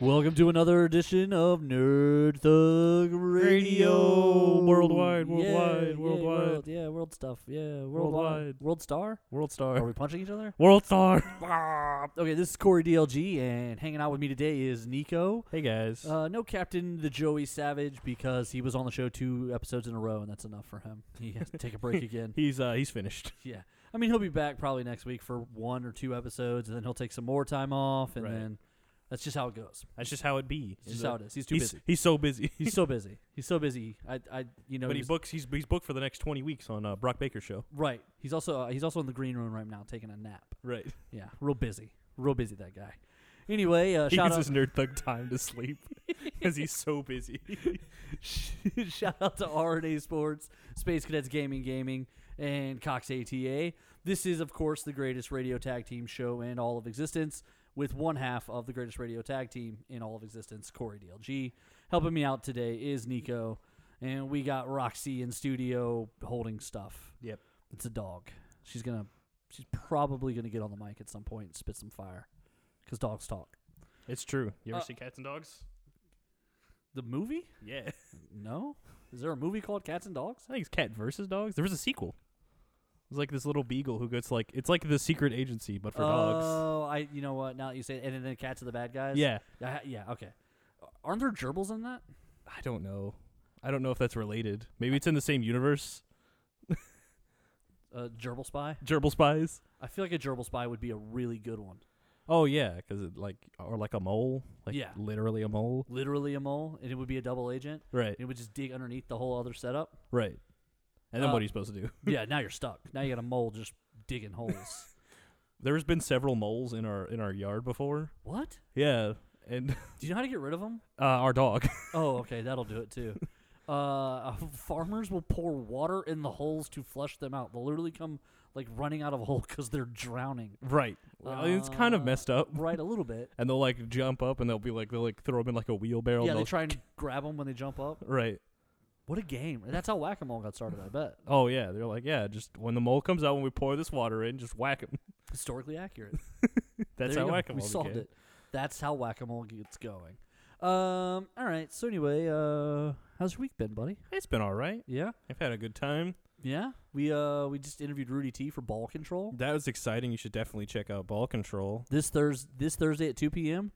Welcome to another edition of Nerd Thug Radio. Worldwide, Yeah, worldwide, yeah, worldwide. world- yeah, world stuff. Yeah, worldwide. Worldwide. World star? World Are star. we punching each other? Ah, World star. okay, this is Corey DLG, and hanging out with me today is Nico. Hey guys. Uh, no Captain the Joey Savage because he was on the show two episodes in a row, and that's enough for him. He has to take a break again. he's uh he's finished. Yeah. I mean, he'll be back probably next week for one or two episodes, and then he'll take some more time off, and Right. then that's just how it goes. That's just how it be. It's just He's a- how it is. He's too he's, busy. he's so busy. He's so busy. He's so busy. I, I, you know, but he was- books he's he's booked for the next 20 weeks on uh, Brock Baker's show. right. He's also uh, he's also in the green room right now taking a nap. Right. Yeah, real busy, real busy that guy. Anyway, uh, He shout uses out, his nerd thug time to sleep cuz he's so busy. shout out to RNA Sports, Space Cadets Gaming, Gaming, and Cox ATA. This is, of course, the greatest radio tag team show in all of existence, with one half of the greatest radio tag team in all of existence, Corey DLG. Helping me out today is Nico, and we got Roxy in studio holding stuff. Yep. It's a dog. She's gonna. She's probably gonna get on the mic at some point and spit some fire, because dogs talk. It's true. You ever ever see see Cats and Dogs? The movie? Yeah. I No. Is there a movie called Cats and Dogs? think it's Cat versus Dogs. There was a sequel. It's like this little beagle who gets like it's like the secret agency but for oh, dogs. I. You know what? Now that you say, it, and then the cats are the bad guys. Yeah. I, yeah. Okay. Aren't there gerbils in that? I don't know. I don't know if that's related. Maybe it's in the same universe. Uh, gerbil spy. Gerbil spies. I feel like a gerbil spy would be a really good one. Oh yeah, because it like or like a mole, like Yeah. literally a mole. Literally a mole, and it would be a double agent. Right, It would just dig underneath the whole other setup. right. And then Uh, what are you supposed to do? yeah. Now you're stuck. Now you got a mole just digging holes. There's been several moles in our in our yard before. what? Yeah, and Do you know how to get rid of them? uh, our dog. Oh, okay, that'll do it too. Uh, farmers will pour water in the holes to flush them out. They'll literally come like running out of a hole because they're drowning. right, Well, it's kind of Uh, messed up. Right, a little bit. And they'll like jump up and they'll be like they'll like throw them in like a wheelbarrow. yeah, and they they'll- try and grab them when they jump up. Right. What a game! That's how whack a mole got started. I bet Oh yeah, they're like yeah. Just when the mole comes out, when we pour this water in, just whack him. historically accurate. There That's how you go. whack 'em We all solved became. it. That's how whack a mole gets going. Um. All right. So anyway, uh, how's your week been, buddy? It's been all right. Yeah. I've had a good time. Yeah. We uh we just interviewed Rudy T for Ball Control. That was exciting. You should definitely check out Ball Control. this Thursday, this Thursday at 2 p.m.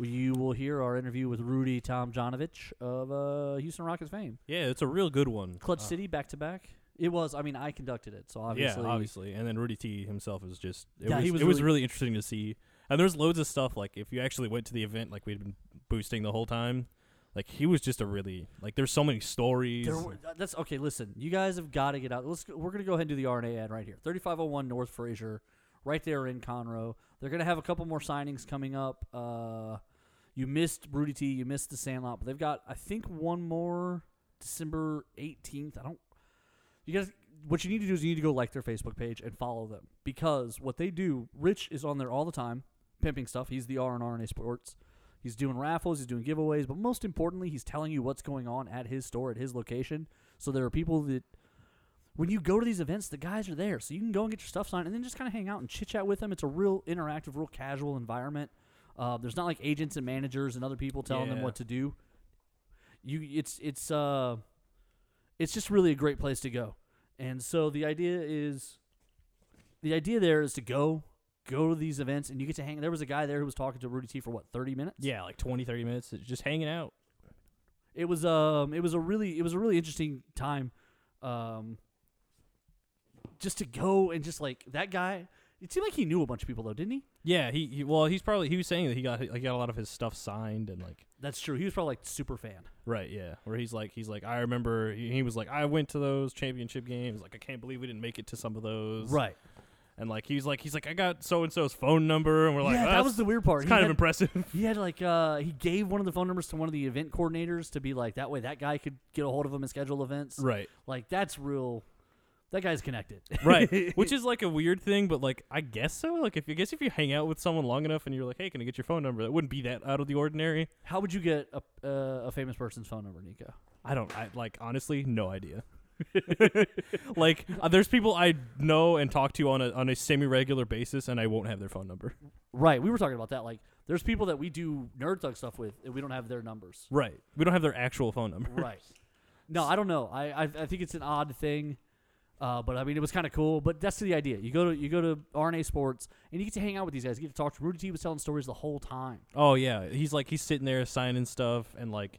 You will hear our interview with Rudy Tomjanovich of uh, Houston Rockets fame. Yeah, it's a real good one. Clutch Uh, City back to back. It was. I mean, I conducted it, so obviously, Yeah, obviously. And then Rudy T himself is just it Yeah, was, he was it was really- really interesting to see. And there's loads of stuff like if you actually went to the event like we'd been boosting the whole time, like he was just a really like there's so many stories. There were, uh, that's okay. Listen, you guys have got to get out. Let's. go- We're gonna go ahead and do the RNA ad right here. 3501 North Fraser, right there in Conroe. They're gonna have a couple more signings coming up. Uh, you missed Rudy T. You missed the Sandlot, but they've got I think one more December 18th. I don't. You guys, what you need to do is you need to go like their Facebook page and follow them because what they do. Rich is on there all the time, pimping stuff. He's the R and RNA Sports. He's doing raffles, he's doing giveaways, but most importantly, he's telling you what's going on at his store, at his location. So there are people that, when you go to these events, the guys are there. So you can go and get your stuff signed and then just kind of hang out and chit chat with them. It's a real interactive, real casual environment. Uh, there's not like agents and managers and other people telling them Yeah. what to do. You, it's it's uh, it's just really a great place to go. And so the idea is, the idea there is to go, go to these events, and you get to hang. There was a guy there who was talking to Rudy T for what thirty minutes. yeah, like 20 30 minutes it's just hanging out. It was um it was a really it was a really interesting time um just to go and just like that guy it seemed like he knew a bunch of people though, didn't he? Yeah, he, he well, he's probably he was saying that he got like got a lot of his stuff signed and like That's true. He was probably like super fan. Right, yeah. Where he's like, he's like, I remember. He, he was like, I went to those championship games. Like, I can't believe we didn't make it to some of those. Right. And like, he's like, he's like, I got so and so's phone number, and we're like, yeah, that "That's- was the weird part. it's He kind of had- impressive. He had like uh he gave one of the phone numbers to one of the event coordinators to be like that way that guy could get a hold of him and schedule events. right. Like that's real that guy's connected. right which is like a weird thing but like i guess so like if you guess if you hang out with someone long enough and you're like hey can i get your phone number that wouldn't be that out of the ordinary How would you get a uh, a famous person's phone number, Nico? i don't i like honestly no idea like uh, there's people i know and talk to on a on a semi-regular basis and i won't have their phone number Right. We were talking about that. Like, There's people that we do nerd thug stuff with, and we don't have their numbers. Right. We don't have their actual phone number. Right. No, I don't know. I I, I think it's an odd thing. Uh, but I mean, it was kind of cool. But that's the idea. You go to you go to RNA Sports, and you get to hang out with these guys. You get to talk to Rudy T. Was telling stories the whole time. Oh yeah, he's like he's sitting there signing stuff and like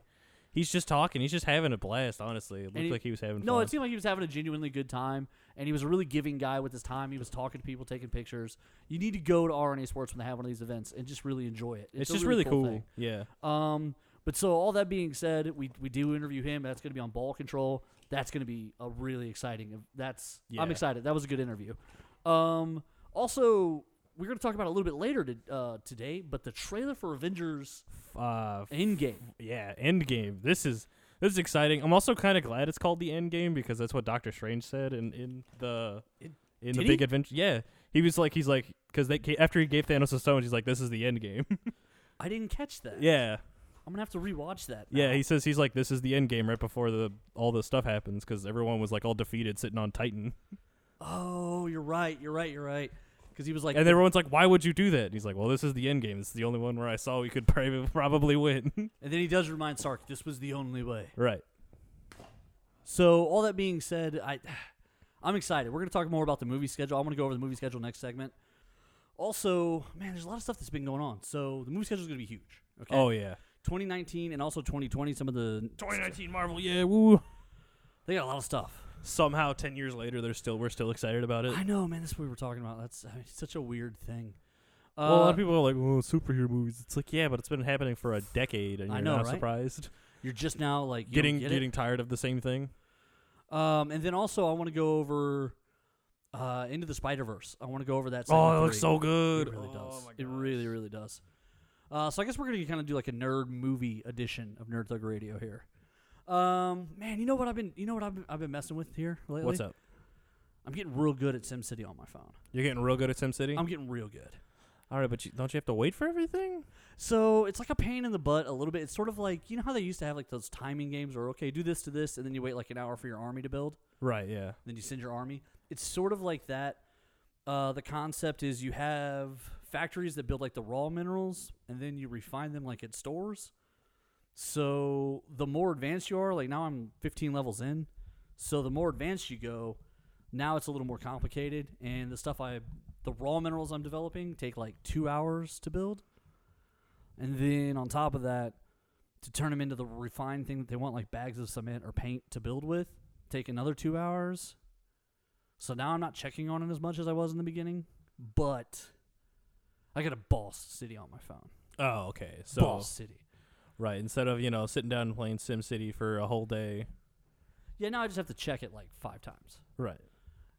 he's just talking. He's just having a blast. Honestly, it looked he- like he was having No, fun. it seemed like he was having a genuinely good time, and he was a really giving guy with his time. He was talking to people, taking pictures. You need to go to RNA Sports when they have one of these events and just really enjoy it. it's a just really, cool. thing. Yeah. Um, but so all that being said, we we do interview him. That's going to be on Ball Control. That's going to be a really exciting. That's I'm Yeah. excited. That was a good interview. Um, also. We're going to talk about it a little bit later to, uh, today, but the trailer for Avengers Uh, f- Endgame. yeah. End game. This is this is exciting. I'm also kind of glad it's called the end game because that's what Doctor Strange said in in the in the did big he? adventure. Yeah, he was like he's like because they ca- after he gave Thanos the stones, he's like this is the end game. I didn't catch that. yeah. I'm gonna have to rewatch that. Yeah, now. he says he's like this is the end game right before the all this stuff happens because everyone was like all defeated sitting on Titan, Oh, you're right. You're right. You're right. Because he was like, and everyone's like, "Why would you do that?" And he's like, "Well, this is the end game. This is the only one where I saw we could probably probably win." and then he does remind Sark, "This was the only way." right. So, all that being said, I, I'm excited. We're gonna talk more about the movie schedule. I'm gonna go over the movie schedule next segment. Also, man, there's a lot of stuff that's been going on. So the movie schedule is gonna be huge. Okay. Oh yeah. 2019 and also 2020. Some of the 2019 Marvel. Yeah. Woo. they got a lot of stuff. Somehow, ten years later, they're still we're still excited about it. I know, man. That's what we were talking about. That's I mean, it's such a weird thing. Uh, well, a lot of people are like, "Oh, superhero movies." It's like, yeah, but it's been happening for a decade, and I you're know, now right? surprised. you're just now like you don't getting get it. getting tired of the same thing. Um, and then also I want to go over uh, into the Spider Verse. I want to go over that. oh, segment it looks three. so good. It really Oh, does. my It gosh. really, really does. Uh, so I guess we're gonna kind of do like a nerd movie edition of Nerd Thug Radio here. Um, man, you know what I've been, you know what I've been, I've been messing with here lately. What's up? I'm getting real good at SimCity on my phone. You're getting real good at SimCity. I'm getting real good. All right, but you, don't you have to wait for everything? So it's like a pain in the butt a little bit. It's sort of like you know how they used to have like those timing games, where okay, do this to this, and then you wait like an hour for your army to build. Right. Yeah. then you send your army. It's sort of like that. Uh, the concept is you have factories that build like the raw minerals, and then you refine them like at stores. So the more advanced you are, like now I'm 15 levels in. So the more advanced you go, now it's a little more complicated. And the stuff I, the raw minerals I'm developing take like two hours to build. And then on top of that, to turn them into the refined thing that they want, like bags of cement or paint to build with, take another two hours. So now I'm not checking on it as much as I was in the beginning, but I got a boss city on my phone. Oh, okay. So boss city. right, instead of you know sitting down and playing SimCity for a whole day. Yeah, now I just have to check it like five times. Right.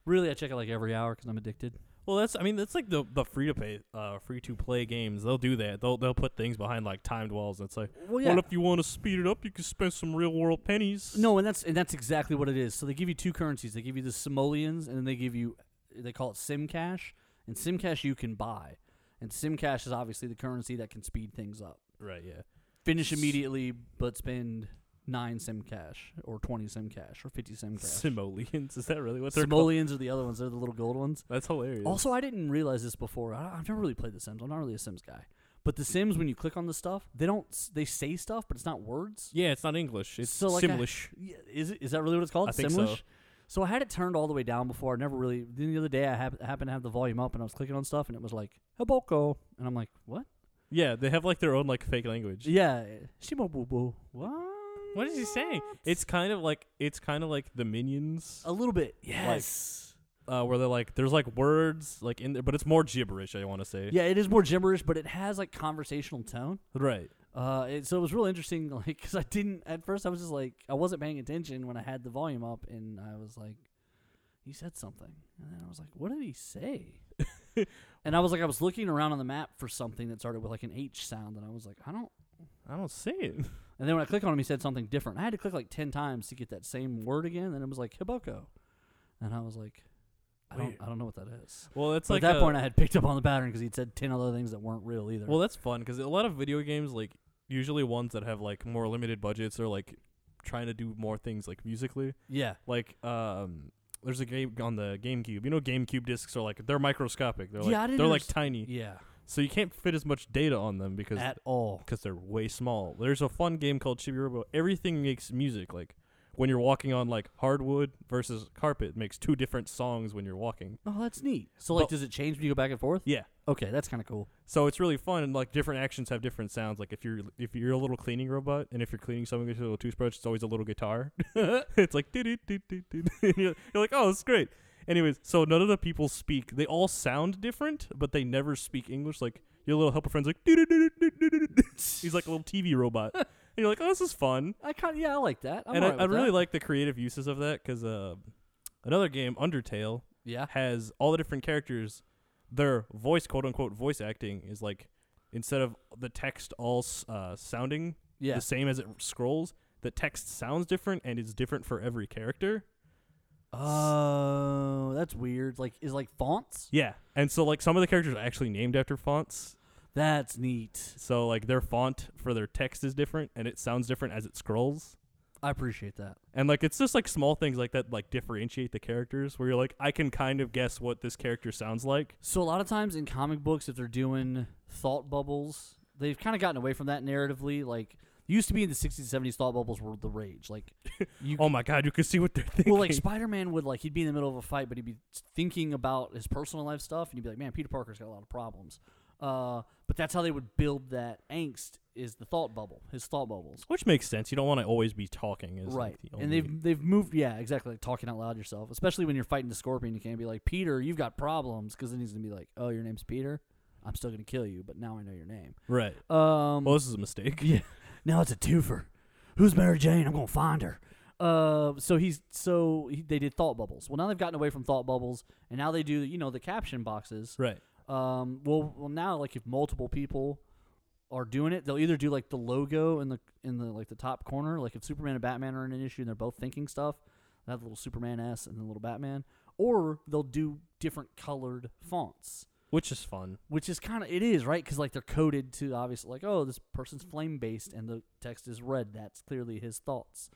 Really, I check it like every hour because I'm addicted. Well, that's I mean that's like the the free to pay uh free to play games. They'll do that. They'll they'll put things behind like timed walls. It's like, Well, yeah. well, if you want to speed it up, you can spend some real world pennies. no, and that's and that's exactly what it is. So they give you two currencies. They give you the simoleons, and then they give you they call it sim cash. And sim cash you can buy, and sim cash is obviously the currency that can speed things up. Right. Yeah. finish S- immediately, but spend nine sim cash or twenty sim cash or fifty sim cash. Simoleons. Is that really what they're called? Simoleons are the other ones. They're the little gold ones. That's hilarious. Also, I didn't realize this before. I, I've never really played The Sims. I'm not really a Sims guy. But The Sims, when you click on the stuff, they don't s- they say stuff, but it's not words. yeah, it's not English. It's So, like, I- Simlish. Yeah, is it, is that really what it's called? I think so. Simlish. So I had it turned all the way down before. I never really. Then the other day, I hap- happened to have the volume up, and I was clicking on stuff, and it was like Hiboko, and I'm like, what? yeah, they have like their own like fake language. Yeah, Shimobubu. What? What is he saying? It's kind of like it's kind of like the minions. a little bit. Oh, Yes. uh, where they're like, there's like words like in there, but it's more gibberish. I want to say. Yeah, it is more gibberish, but it has like conversational tone. Right. Uh, it, so it was really interesting, like, because I didn't at first. I was just like, I wasn't paying attention when I had the volume up, and I was like, he said something, and then I was like, what did he say? and I was like, I was looking around on the map for something that started with like an H sound, and I was like, I don't. I don't see it. And then when I click on him, he said something different. I had to click like ten times to get that same word again, and it was like Hiboko, and I was like, I don't, Weird. I don't know what that is. Well, it's So like at that a- point, I had picked up on the pattern because he'd said ten other things that weren't real either. Well, that's fun because a lot of video games, like usually ones that have like more limited budgets, are like trying to do more things like musically. yeah. Like, um, there's a game on the GameCube. You know, GameCube discs are like they're microscopic. They're like Yeah, I didn't they're like underst- tiny. Yeah. So you can't fit as much data on them because at all. because they're way small. There's a fun game called Chibi Robo. Everything makes music. Like when you're walking on like hardwood versus carpet, it makes two different songs when you're walking. Oh, that's neat. So like, But- does it change when you go back and forth? Yeah. Okay, that's kind of cool. So it's really fun, and like different actions have different sounds. Like if you're if you're a little cleaning robot, and if you're cleaning something with a little toothbrush, it's always a little guitar. it's like doo doo doo doo doo. And You're you're like, oh, it's great. Anyways, so none of the people speak. They all sound different, but they never speak English. Like your little helper friend's like doo doo doo doo doo doo doo. He's like a little TV robot, and you're like, oh, this is fun. I kind of yeah, I like that. I'm and all right I, I with really that. like the creative uses of that because uh, another game, Undertale, yeah. has all the different characters. Their voice, quote unquote, voice acting is like instead of the text all s- uh, sounding Yeah. the same as it scrolls, the text sounds different and is different for every character. Oh, that's weird. Like, is like fonts? Yeah, and so like some of the characters are actually named after fonts. That's neat. So like their font for their text is different and it sounds different as it scrolls. I appreciate that. And like it's just like small things like that like differentiate the characters where you're like I can kind of guess what this character sounds like. So a lot of times in comic books, if they're doing thought bubbles, they've kind of gotten away from that narratively. Like used to be in the '60s, '70s, thought bubbles were the rage. Like you, Oh my god, you can see what they're thinking. well, like Spider-Man would like he'd be in the middle of a fight, but he'd be thinking about his personal life stuff, and you'd be like, "Man, Peter Parker's got a lot of problems." Uh, but that's how they would build that angst is the thought bubble, his thought bubbles. Which makes sense. You don't want to always be talking, is Right, Like the and only- they've they've moved, yeah, exactly, like talking out loud yourself, especially when you're fighting the Scorpion. You can't be like, "Peter, you've got problems," because then he's gonna be like, "Oh, your name's Peter. I'm still gonna kill you, but now I know your name." right. Um, Well, this is a mistake. yeah. Now it's a twofer. Who's Mary Jane? I'm gonna find her. Uh, so he's so he, they did thought bubbles. Well, now they've gotten away from thought bubbles, and now they do you know the caption boxes. Right. Um, well, well now like if multiple people are doing it, they'll either do like the logo in the in the like the top corner, like if Superman and Batman are in an issue and they're both thinking stuff, they have a little Superman S and then a little Batman, or they'll do different colored fonts Which is fun. which is kind of it is right because like they're coded to obviously like oh this person's flame based and the text is red that's clearly his thoughts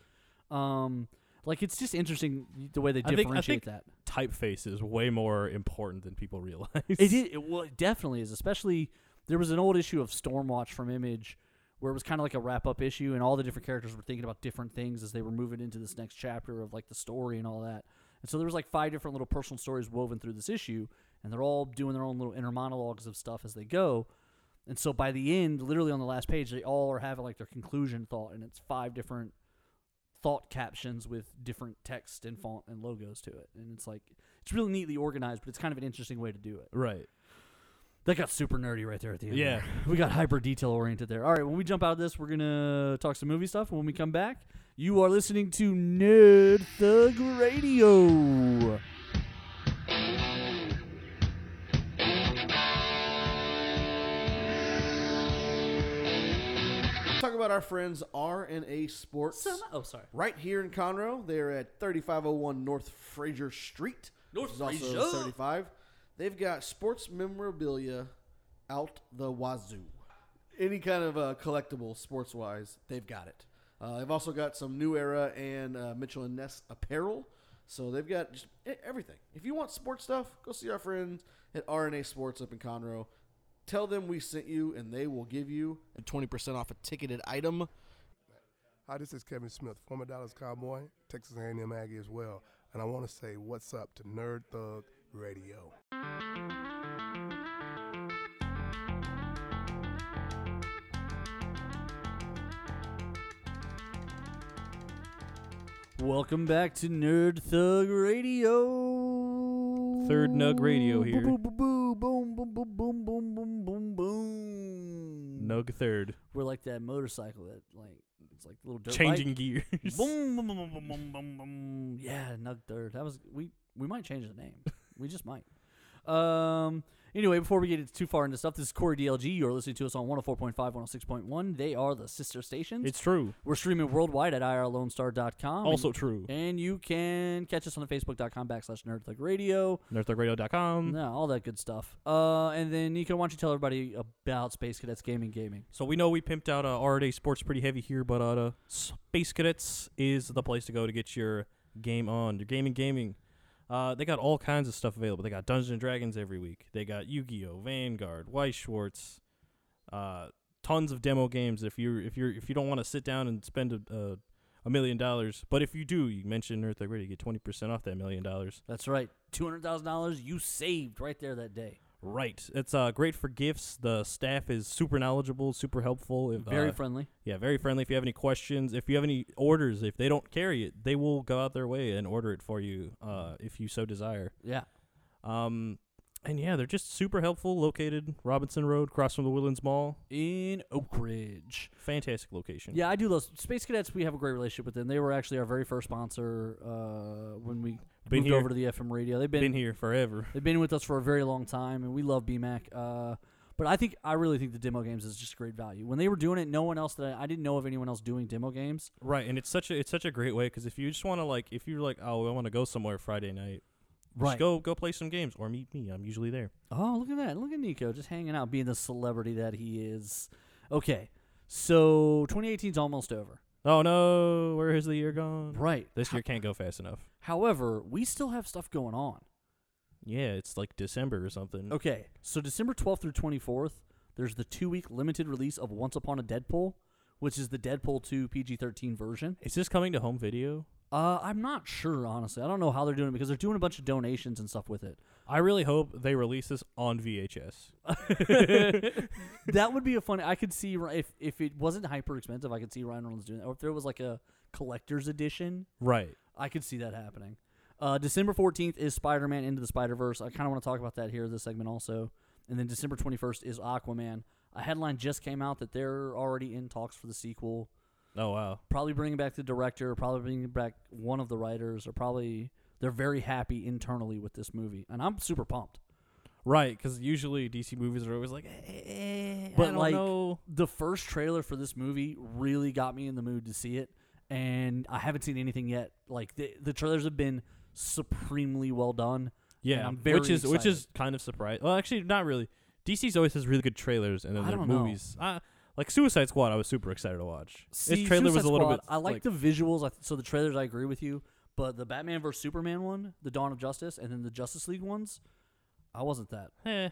um like it's just interesting the way they I think- I differentiate think that Typeface is way more important than people realize. it, is, it well it definitely is especially there was an old issue of stormwatch from image where it was kind of like a wrap up issue and all the different characters were thinking about different things as they were moving into this next chapter of like the story and all that and so there was like five different little personal stories woven through this issue and they're all doing their own little inner monologues of stuff as they go and so by the end literally on the last page they all are having like their conclusion thought and it's five different thought captions with different text and font and logos to it and it's like it's really neatly organized but it's kind of an interesting way to do it Right. that got super nerdy right there at the end. Yeah. there. We got hyper detail oriented there. All right, when we jump out of this, we're going to talk some movie stuff. When we come back, you are listening to Nerd Thug Radio. Talk about our friends R&A Sports. oh, sorry. Right here in Conroe, they're at 3501 North Fraser Street. North which is Fraser. also 75. They've got sports memorabilia out the wazoo. Any kind of uh, collectible sports wise, they've got it. Uh, they've also got some New Era and uh, Mitchell and Ness apparel. So they've got just e- everything. If you want sports stuff, go see our friends at RNA Sports up in Conroe. Tell them we sent you, and they will give you 20% off a ticketed item. Hi, this is Kevin Smith, former Dallas Cowboy, Texas A&M Aggie as well, and I want to say what's up to Nerd Thug Radio. Welcome back to Nerd Thug Radio. Third Nug Radio Boo, here. Boo, boo, boo, boom, boom, boom, boom, boom, boom, boom, boom. Nug third. We're like that motorcycle that, like, it's like a little dirt Changing bike. gears. boom, boom, boom, boom, boom, boom, boom, boom. Yeah, Nug Third. That was we. We might change the name. we just might. Um. Anyway, before we get too far into stuff, this is Corey DLG. You're listening to us on 104.5, 106.1. They are the sister stations. It's true. We're streaming worldwide at irlonestar.com. also true. and, and you can catch us on the facebook.com backslash nerdthugradio. NerdThugRadio.com. Yeah, all that good stuff. Uh, and then Nico, why don't you tell everybody about Space Cadets Gaming Gaming? So we know we pimped out uh, R&A Sports pretty heavy here, but uh, the Space Cadets is the place to go to get your game on, your gaming gaming. Uh, Uh, they got all kinds of stuff available. They got Dungeons and Dragons every week. They got Yu-Gi-Oh, Vanguard, Weiss Schwartz, uh, tons of demo games. If you if you if you don't want to sit down and spend a, a, a million dollars, but if you do, you mention Earth Radio, you get twenty percent off that million dollars. That's right. Two hundred thousand dollars you saved right there that day. Right. It's uh, great for gifts. The staff is super knowledgeable, super helpful. If, Very uh, friendly. yeah, very friendly. If you have any questions, if you have any orders, if they don't carry it, they will go out their way and order it for you uh, if you so desire. Yeah. Um, and yeah, they're just super helpful. Located Robinson Road, across from the Woodlands Mall. In Oak Ridge. Fantastic location. Yeah, I do love Space Cadets. We have a great relationship with them. They were actually our very first sponsor uh, when we Been moved here. over to the FM radio. They've been, been here forever. they've been with us for a very long time, and we love BMAC. Uh, but I think I really think the demo games is just great value. When they were doing it, no one else that I, I didn't know of anyone else doing demo games. Right, and it's such a it's such a great way because if you just want to like if you're like oh I want to go somewhere Friday night, just go go play some games or meet me. I'm usually there. Oh, look at that. Look at Nico just hanging out, being the celebrity that he is. Okay. So 2018's almost over. Oh no, where has the year gone? Right. This year can't go fast enough. However, we still have stuff going on. Yeah, it's like December or something. Okay. So December 12th through 24th, there's the two week limited release of Once Upon a Deadpool, which is the Deadpool 2 PG 13 version. Is this coming to home video? Uh, I'm not sure, honestly. I don't know how they're doing it because they're doing a bunch of donations and stuff with it. I really hope they release this on VHS. that would be a funny. I could see Ry- if if it wasn't hyper expensive, I could see Ryan Reynolds doing that. Or if there was like a collector's edition, Right. I could see that happening. Uh, December 14th is Spider Man Into the Spider Verse. I kind of want to talk about that here, this segment also. And then December 21st is Aquaman. A headline just came out that they're already in talks for the sequel. Oh wow. Probably bringing back the director, probably bringing back one of the writers, or probably they're very happy internally with this movie. And I'm super pumped. Right, because usually DC movies are always like, eh, But, I don't like, know. The first trailer for this movie really got me in the mood to see it. And I haven't seen anything yet. Like, the, the trailers have been supremely well done. yeah, I'm very which is which is kind of surprising. Well, actually, not really. DC's always has really good trailers, and then I their don't know. movies. I, like Suicide Squad, I was super excited to watch. See, Its trailer was Suicide a little Squad, bit. I like, the visuals. I th- so the trailers, I agree with you. But the Batman vs Superman one, the Dawn of Justice, and then the Justice League ones, I wasn't that. eh,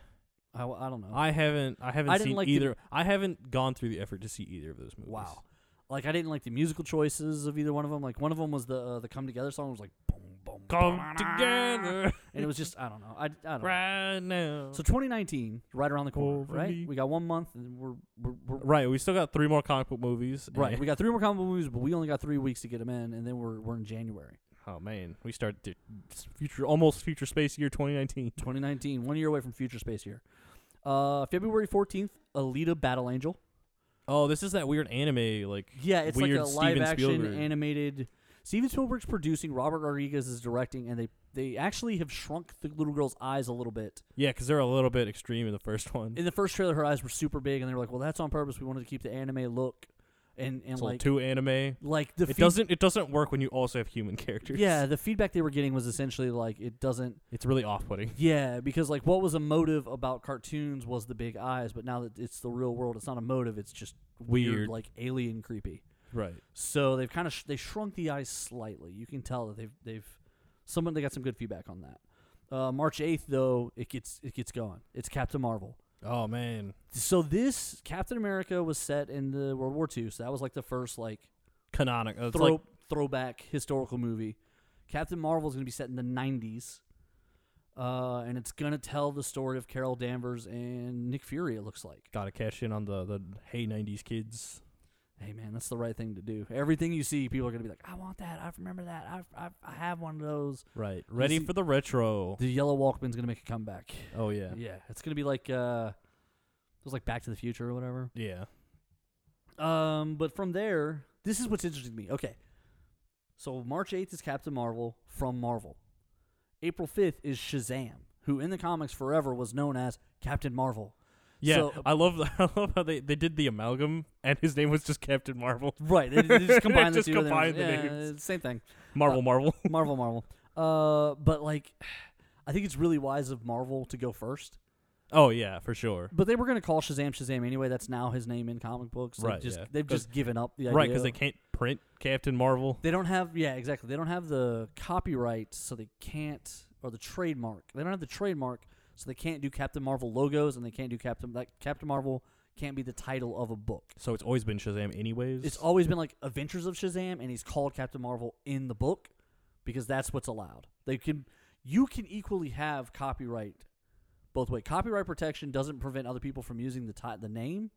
I, w- I don't know. I haven't. I haven't I didn't seen like the- either. I haven't gone through the effort to see either of those movies. wow, like I didn't like the musical choices of either one of them. Like one of them was the uh, the Come Together song. It was like boom boom Come ba-na-na, together and it was just I don't know. I, I don't know. right now. So 2019, right around the corner, Over right? me. We got one month, and we're we're, we're right, we still got three more comic book movies. and- right. We got three more comic book movies, but we only got three weeks to get them in, and then we're we're in January oh man, we start the future almost future space year 2019. 2019, one year away from Future Space Year. Uh, February 14th, Alita Battle Angel. Oh, this is that weird anime like. Yeah, it's Weird like a live Steven action Spielberg. animated. Steven Spielberg's producing, Robert Rodriguez is directing, and they they actually have shrunk the little girl's eyes a little bit. Yeah, because they're a little bit extreme in the first one. In the first trailer, her eyes were super big, and they were like, "Well, that's on purpose. We wanted to keep the anime look." And and It's like too anime. like the It feed- doesn't. It doesn't work when you also have human characters. Yeah, the feedback they were getting was essentially like it doesn't. it's really off-putting. Yeah, because like what was a motive about cartoons was the big eyes, but now that it's the real world, it's not a motive. It's just weird. Weird. like alien creepy. Right. So they've kind of sh- they shrunk the eyes slightly. You can tell that they've they've someone they got some good feedback on that. Uh, March eighth though, it gets it gets going. It's Captain Marvel. Oh man, So this Captain America was set in the World War II. So that was like the first like canonical. It's throw like throwback historical movie. Captain Marvel is going to be set in the '90s, uh, and it's going to tell the story of Carol Danvers and Nick Fury. It looks like. gotta cash in on the the hey '90s kids. hey man that's the right thing to do everything you see people are going to be like i want that i remember that i, I, I have one of those Right. Ready see- for the retro. the yellow walkman's going to make a comeback Oh yeah. yeah, it's going to be like uh it was like back to the future or whatever Yeah. um but from there this is what's interesting to me okay so march 8th is captain marvel from marvel april 5th is shazam who in the comics forever was known as captain marvel Yeah. So- I love. I love how they they did the amalgam, and his name was just Captain Marvel. right they, they just combined the Just two and they were combined the yeah, names. same thing Marvel, Uh, Marvel. Marvel, Marvel. Uh, but like, I think it's really wise of Marvel to go first. Oh yeah, for sure. But they were going to call Shazam Shazam anyway. That's now his name in comic books. They've Right, Just, yeah. They've 'Cause- just given up the idea. Right, because they can't print Captain Marvel. They don't have yeah exactly. They don't have the copyright, so they can't or the trademark. They don't have the trademark, so they can't do Captain Marvel logos and they can't do Captain like Captain Marvel can't be the title of a book. So it's always been Shazam, anyways. It's always been like Adventures of Shazam, and he's called Captain Marvel in the book because that's what's allowed. They can you can equally have copyright both way. Copyright protection doesn't prevent other people from using the ti- the name.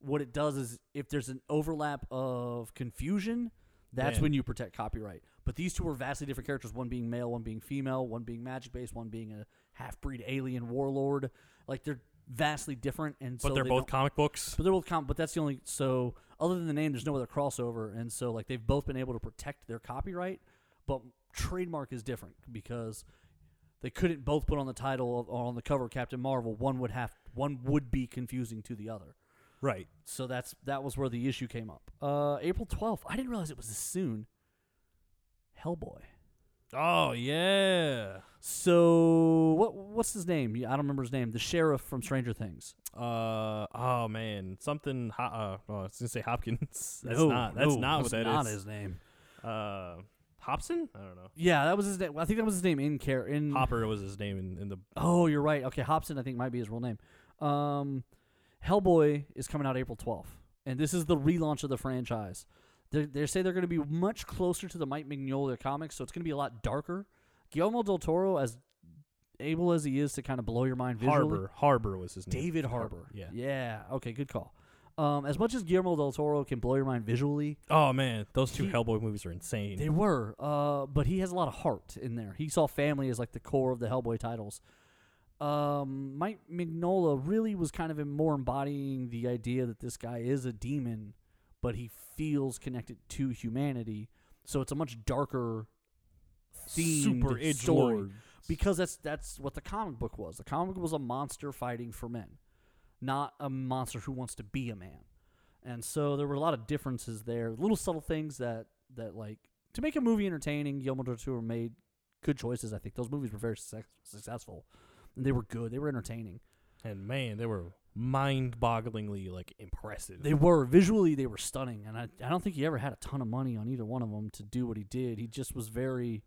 What it does is if there's an overlap of confusion, that's Man. when you protect copyright. But these two are vastly different characters, one being male, one being female, one being magic based, one being a half-breed alien warlord. Like they're vastly different and but so they're they both don't- comic books. but they're both comp. But that's the only. So other than the name, there's no other crossover, and so like they've both been able to protect their copyright, but trademark is different because they couldn't both put on the title of, or on the cover of Captain Marvel. One would have one would be confusing to the other. Right. So that's that was where the issue came up. Uh, April twelfth. I didn't realize it was this soon. Hellboy. Oh yeah. So what what's his name? Yeah, I don't remember his name. The sheriff from Stranger Things. Uh oh man, something. Ho- uh, oh, I was gonna say Hopkins. that's No, not. That's no, not what that's not that is. his name. Uh, Hobson. I don't know. Yeah, that was his name. I think that was his name in care in Hopper was his name in, in the. Oh, you're right. Okay, Hobson, I think might be his real name. Um, Hellboy is coming out April 12th, and this is the relaunch of the franchise. They they say they're going to be much closer to the Mike Mignola comics, so it's going to be a lot darker. Guillermo del Toro, as able as he is to kind of blow your mind visually, Harbor. Harbor was his name. David Harbor. Yeah. yeah. Okay, good call. Um, as much as Guillermo del Toro can blow your mind visually, Oh man, those two He- Hellboy movies are insane. they were, uh, but he has a lot of heart in there. He saw family as like the core of the Hellboy titles. Um, Mike Mignola really was kind of em- more embodying the idea that this guy is a demon, but he feels connected to humanity. So it's a much darker themed Super story edgelord. because that's that's what the comic book was. The comic book was a monster fighting for men, not a monster who wants to be a man. And so there were a lot of differences there, little subtle things that that like to make a movie entertaining. Guillermo del Toro made good choices. I think those movies were very success successful, and they were good. They were entertaining. And man, they were mind-bogglingly like impressive. They were visually they were stunning, and I I don't think he ever had a ton of money on either one of them to do what he did. He just was very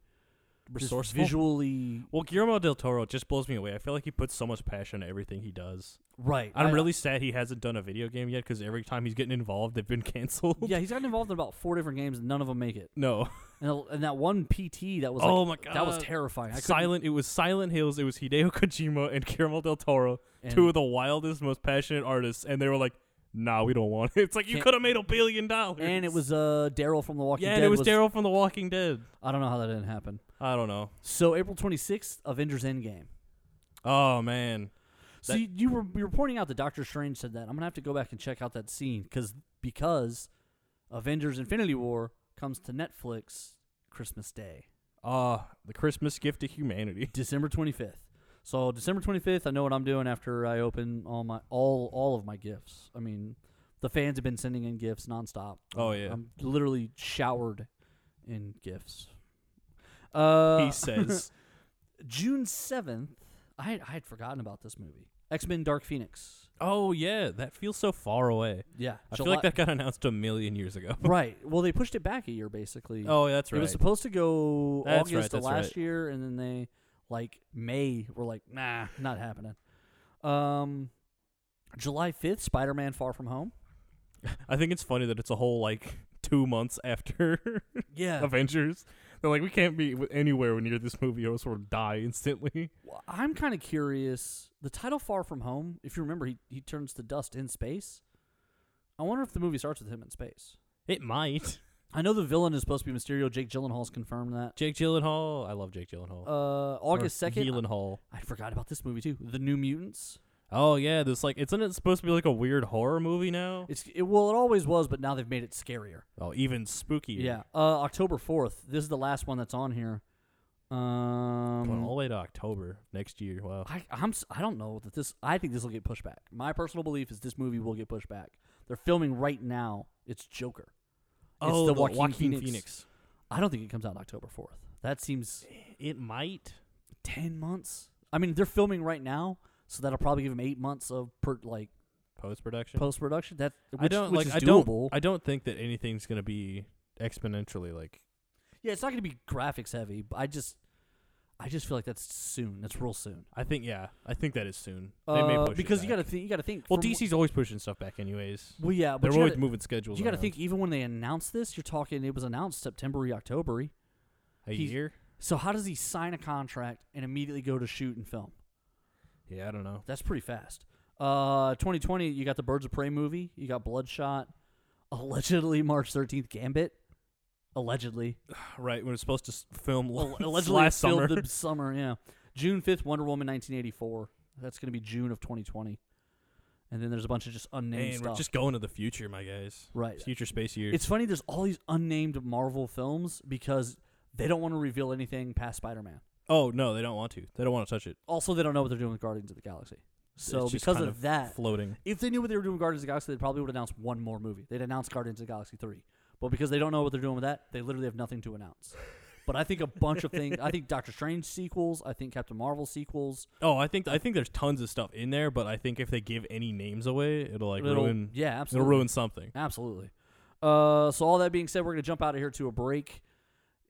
just resourceful. visually Well, Guillermo del Toro just blows me away. I feel like he puts so much passion into everything he does. right. I'm I- uh, really sad he hasn't done a video game yet because every time he's getting involved, they've been canceled. yeah. He's gotten involved in about four different games, and none of them make it. No. And, and that one PT that was like, Oh my god. that was terrifying. I couldn't- Silent. It was Silent Hills. It was Hideo Kojima and Guillermo del Toro, and two of the wildest, most passionate artists, and they were like, "Nah, we don't want it." It's like you Can't- could have made a billion dollars. and it was uh Daryl from The Walking yeah, Dead. and it was, was Daryl from The Walking Dead. I don't know how that didn't happen. I don't know. So April twenty sixth, Avengers Endgame. Oh man, So That- you, you were you were pointing out that Doctor Strange said that. I'm gonna have to go back and check out that scene because because Avengers Infinity War comes to Netflix Christmas Day, ah, the Christmas gift to humanity. December twenty fifth. So December twenty fifth, I know what I'm doing after I open all my all all of my gifts. I mean, the fans have been sending in gifts nonstop. Oh, yeah. I'm literally showered in gifts. Uh, he says, June seventh. I had, I had forgotten about this movie, X Men: Dark Phoenix. "Oh yeah, that feels so far away." Yeah, I feel like that got announced a million years ago. right. Well, they pushed it back a year basically. oh, that's It right. was supposed to go That's right, August of that's last right. year, and then they like May were like, nah, not happening. Um, July fifth, Spider Man: Far From Home. I think it's funny that it's a whole like two months after Yeah, Avengers. They're like, we can't be w- anywhere near this movie, or else we'll die instantly. Well, I'm kind of curious. The title "Far From Home," if you remember, he he turns to dust in space. I wonder if the movie starts with him in space. It might. I know the villain is supposed to be Mysterio. Jake Gyllenhaal's confirmed that. Jake Gyllenhaal. I love Jake Gyllenhaal. Uh, Or August second. Gyllenhaal. I forgot about this movie too. The New Mutants. Oh yeah, this like isn't it supposed to be like a weird horror movie now? It's it, well, it always was, but now they've made it scarier. oh, even spookier. Yeah. Uh, October fourth. This is the last one that's on here. Going all the Um, way to October next year. Wow. I, I'm s- I don't know that this. I think this will get pushed back. My personal belief is this movie will get pushed back. They're filming right now. It's Joker. oh, the the Joaquin Joaquin, Phoenix. I don't think it comes out October fourth. That seems It might. ten months. I mean, they're filming right now, so that'll probably give them eight months of per, like Post production. post production. That which, I don't which like. is I doable. don't. I don't think that anything's gonna be exponentially like. Yeah, it's not going to be graphics heavy, but I just I just feel like that's soon. That's real soon. I think yeah. I think that is soon. They may Uh, push it because you back. got to think. You got to think. Well, from- DC's always pushing stuff back, anyways. Well, yeah, but They're you always gotta- moving schedules. you got to around. think. Even when they announced this, you're talking. It was announced September, October. a he's- year. So how does he sign a contract and immediately go to shoot and film? Yeah, I don't know. That's pretty fast. Uh, 2020, you got the Birds of Prey movie. You got Bloodshot. Allegedly, March 13th, Gambit. Allegedly, Right when it's supposed to s- film Al- allegedly last it's summer. filled The summer, yeah. June 5th, Wonder Woman 1984. That's going to be June of 2020. And then there's a bunch of just unnamed Man, we're stuff. just going to the future, my guys. right. Future space years. It's funny. There's all these unnamed Marvel films because they don't want to reveal anything past Spider-Man. oh no, they don't want to. They don't want to touch it. Also, they don't know what they're doing with Guardians of the Galaxy. So It's just because kind of, that, floating. if they knew what they were doing with Guardians of the Galaxy, they probably would announce one more movie. They'd announce Guardians of the Galaxy 3. But because they don't know what they're doing with that, they literally have nothing to announce. But I think a bunch of things. I think Doctor Strange sequels. I think Captain Marvel sequels. Oh, I think I think there's tons of stuff in there, but I think if they give any names away, it'll like It'll- ruin. yeah, It'll absolutely. ruin something. Absolutely. Uh, so all that being said, we're gonna jump out of here to a break.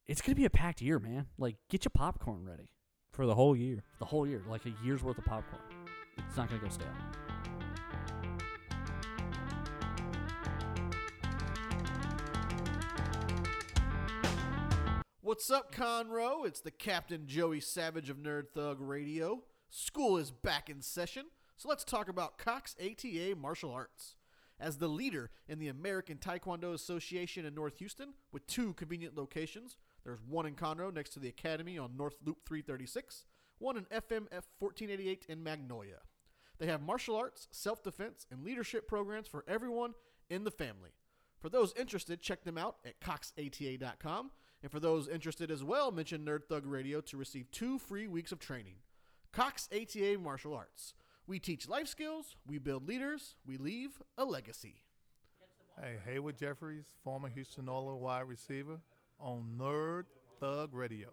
It's gonna be a packed year, man. Like, get your popcorn ready. for the whole year. the whole year, like a year's worth of popcorn. It's not going to go stale. What's up, Conroe? It's the Captain Joey Savage of Nerd Thug Radio. School is back in session, so let's talk about Cox ATA Martial Arts. As the leader in the American Taekwondo Association in North Houston, with two convenient locations, there's one in Conroe next to the Academy on North Loop 336, one in FMF 1488 in Magnolia. They have martial arts, self defense, and leadership programs for everyone in the family. For those interested, check them out at coxata.com. And for those interested as well, mention Nerd Thug Radio to receive two free weeks of training. Cox ATA Martial Arts. We teach life skills, we build leaders, we leave a legacy. Hey, Hayward Jeffries, former Houston Oilers wide receiver, on Nerd Thug Radio.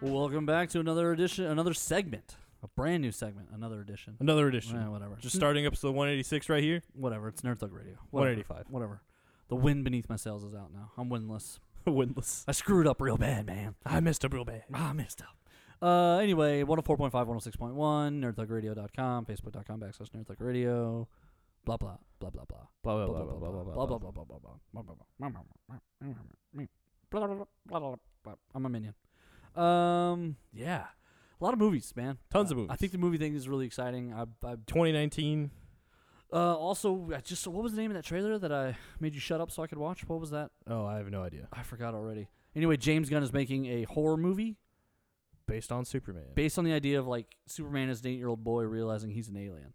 Welcome back to another edition, another segment, a brand new segment, another edition. Another edition. Eh, whatever. Just starting up to the 186 right here. Whatever. It's Nerd Thug Radio. Whatever. 185. Whatever. The wind beneath my sails is out now. I'm windless. Windless. I screwed up real bad, man. Ah, I messed up real bad. I messed up. Uh, anyway, 104.5, 106.1, nerdthugradio.com, facebook.com backslash nerdthugradio, blah, blah, blah, blah, blah. Blah, blah blah blah blah blah blah blah blah blah blah blah blah blah. I'm a minion. Um, yeah, a lot of movies, man. Tons Uh, of I think the movie thing is really exciting. I, I 2019. uh, also I just what was the name of that trailer that I made you shut up so I could watch? What was that? Oh, I have no idea. I forgot already. Anyway, James Gunn is making a horror movie Based on Superman. based on the idea of like Superman is an eight-year-old boy realizing he's an alien.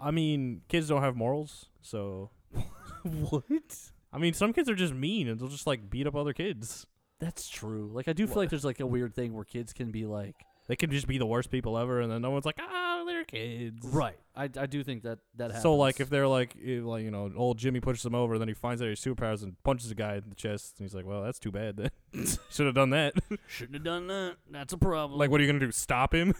I mean, kids don't have morals, so. What? I mean, some kids are just mean and they'll just like beat up other kids. That's true. Like I do feel like there's like a weird thing where kids can be like They can just be the worst people ever, and then no one's like, ah, they're kids. right. I, I do think that that happens. So like, if they're like, if, like you know, old Jimmy pushes him over, then he finds out he's superpowers and punches a guy in the chest, and he's like, well, that's too bad. Then should have done that. Shouldn't have done that. That's a problem. like, what are you gonna do? Stop him?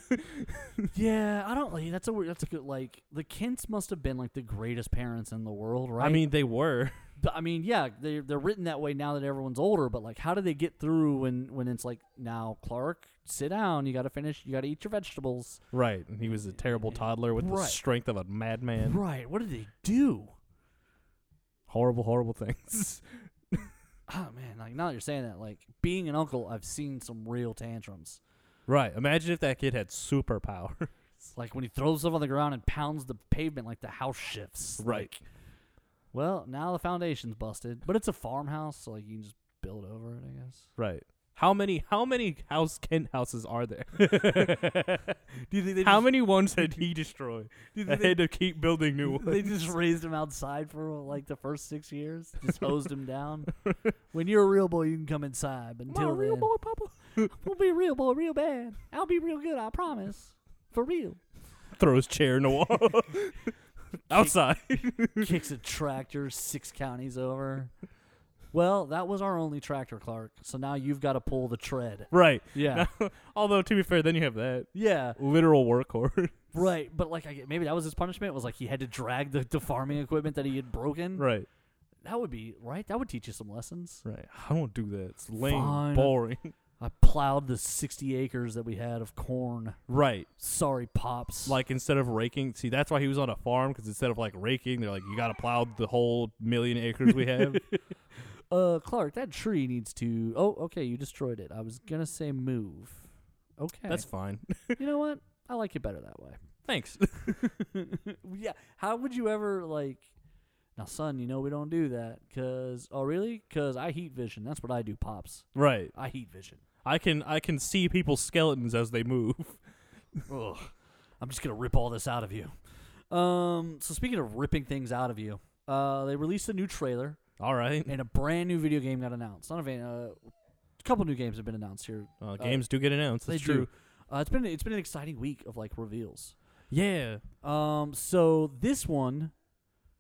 yeah, I don't like. That's a weird. That's a good. Like the Kents must have been like the greatest parents in the world, right? I mean, they were. But, I mean, yeah, they they're written that way now that everyone's older. But like, how do they get through when when it's like now, Clark, sit down. You got to finish. You got to eat your vegetables. Right. And he was a terrible toddler with the Right. strength of a madman. Right. What did they do? Horrible, horrible things. Oh man, like now that you're saying that, like being an uncle, I've seen some real tantrums. right. Imagine if that kid had superpower. Like when he throws stuff on the ground and pounds the pavement, like the house shifts. Like, Well, now the foundation's busted, but it's a farmhouse, so like you can just build over it, I guess. Right. How many how many house Kent houses are there? Do you think How many ones did he destroy? Do you think they had to keep building new ones? They just raised him outside for like the first six years, just hosed him down. When you're a real boy, you can come inside, but Am I a until real then, boy, Papa? we'll be a real boy, real bad. I'll be real good, I promise, for real. Throw his chair in the wall. Outside. Kicks a tractor six counties over. well, that was our only tractor, Clark. So now you've got to pull the tread. Right. Yeah. Although to be fair, then you have that yeah. literal workhorse. Right. But like, I, get- maybe that was his punishment. Was like he had to drag the, the farming equipment that he had broken. right. That would be right. That would teach you some lessons. Right. I don't do that. It's lame, Fine. boring. I plowed the sixty acres that we had of corn. right. Sorry, pops. Like instead of raking, see that's why he was on a farm because instead of like raking, they're like you got to plow the whole million acres we have. uh, Clark, that tree needs to. Oh, okay, you destroyed it. I was gonna say move. Okay, That's fine. you know what? I like it better that way. Thanks. yeah. How would you ever like? Now, son, you know we don't do that. Cause oh, really? Cause I heat vision. That's what I do, pops. right. I heat vision. I can I can see people's skeletons as they move. Ugh. I'm just gonna rip all this out of you. Um. So speaking of ripping things out of you, uh, they released a new trailer All right. and a brand new video game got announced. Not a van. Uh, a couple new games have been announced here. Uh, games do get announced. That's they true. do. Uh, it's been it's been an exciting week of like reveals. Yeah. Um. So this one,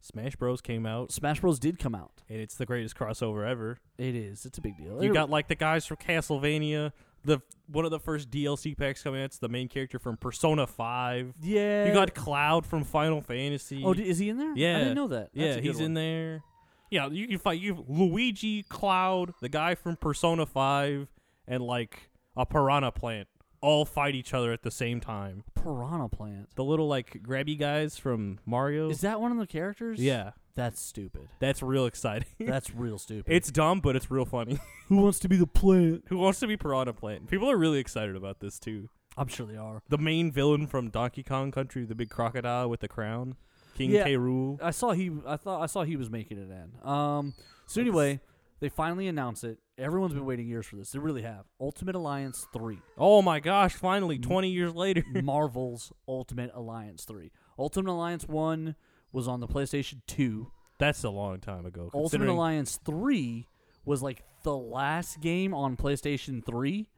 Smash Bros came out Smash Bros. did come out. and it's the greatest crossover ever. It is. It's a big deal. You It- got like the guys from Castlevania, the one of the first DLC packs coming out. It's the main character from Persona Five. yeah. You got Cloud from Final Fantasy. Oh, d- is he in there? I Yeah. didn't know that. yeah, That's a he's good in one. there. Yeah, you can fight. You have Luigi, Cloud, the guy from Persona Five, and like a piranha plant. All fight each other at the same time. Piranha Plant. The little like grabby guys from Mario. Is that one of the characters? yeah, That's stupid. that's real exciting. That's real stupid. it's dumb, but it's real funny. who wants to be the plant? Who wants to be piranha plant? People are really excited about this too. I'm sure they are. the main villain from Donkey Kong Country, the big crocodile with the crown, King Yeah. K. Rule. I saw he. I thought I saw he was making it in. Um. So anyway, they finally announce it. Everyone's been waiting years for this. They really have. Ultimate Alliance three. Oh my gosh! Mm. Finally, twenty years later. Marvel's Ultimate Alliance three. Ultimate Alliance one was on the PlayStation two. That's a long time ago. Ultimate considering- Alliance 3 was like the last game on PlayStation 3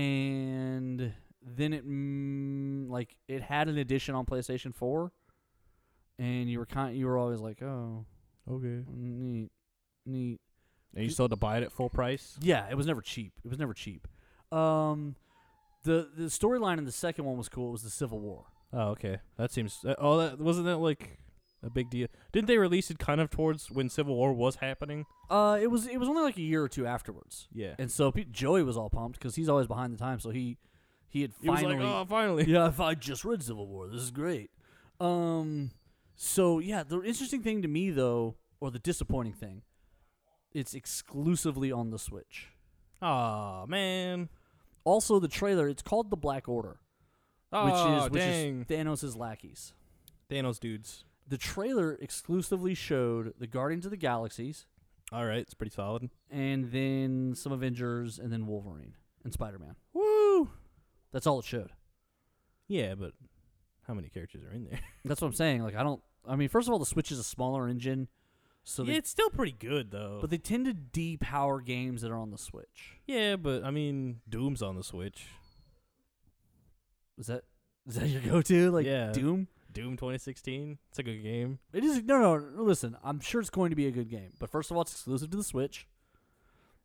and then it mm, like it had an edition on PlayStation 4 and you were kind you were always like, "Oh, Okay. neat. Neat." And you still had to buy it at full price. Yeah, it was never cheap. It was never cheap. Um the the storyline in the second one was cool. It was the Civil War. Oh, okay. That seems. uh, Oh, that wasn't that like a big deal. Didn't they release it kind of towards when Civil War was happening? Uh it was it was only like a year or two afterwards. Yeah. And so pe- Joey was all pumped cuz he's always behind the time, so he he had It was finally like, oh, finally. yeah, if I just read Civil War, this is great. Um, so yeah, the interesting thing to me though, or the disappointing thing, it's exclusively on the Switch. Aw, man. Also, the trailer it's called the Black Order, which Oh, is which dang. is Thanos' lackeys. Thanos dudes. The trailer exclusively showed the Guardians of the Galaxies, All right, it's pretty solid. and then some Avengers, and then Wolverine and Spider Man. Woo. That's all it showed. Yeah, but how many characters are in there? That's what I'm saying. Like I don't. I mean, first of all, the Switch is a smaller engine, so they yeah, it's still pretty good though. But they tend to depower games that are on the Switch. Yeah, but I mean, Doom's on the Switch. Is that is that your go-to? Like Yeah. Doom? Doom 2016. It's a good game. It is no, no. no, Listen, I'm sure it's going to be a good game. But first of all, it's exclusive to the Switch,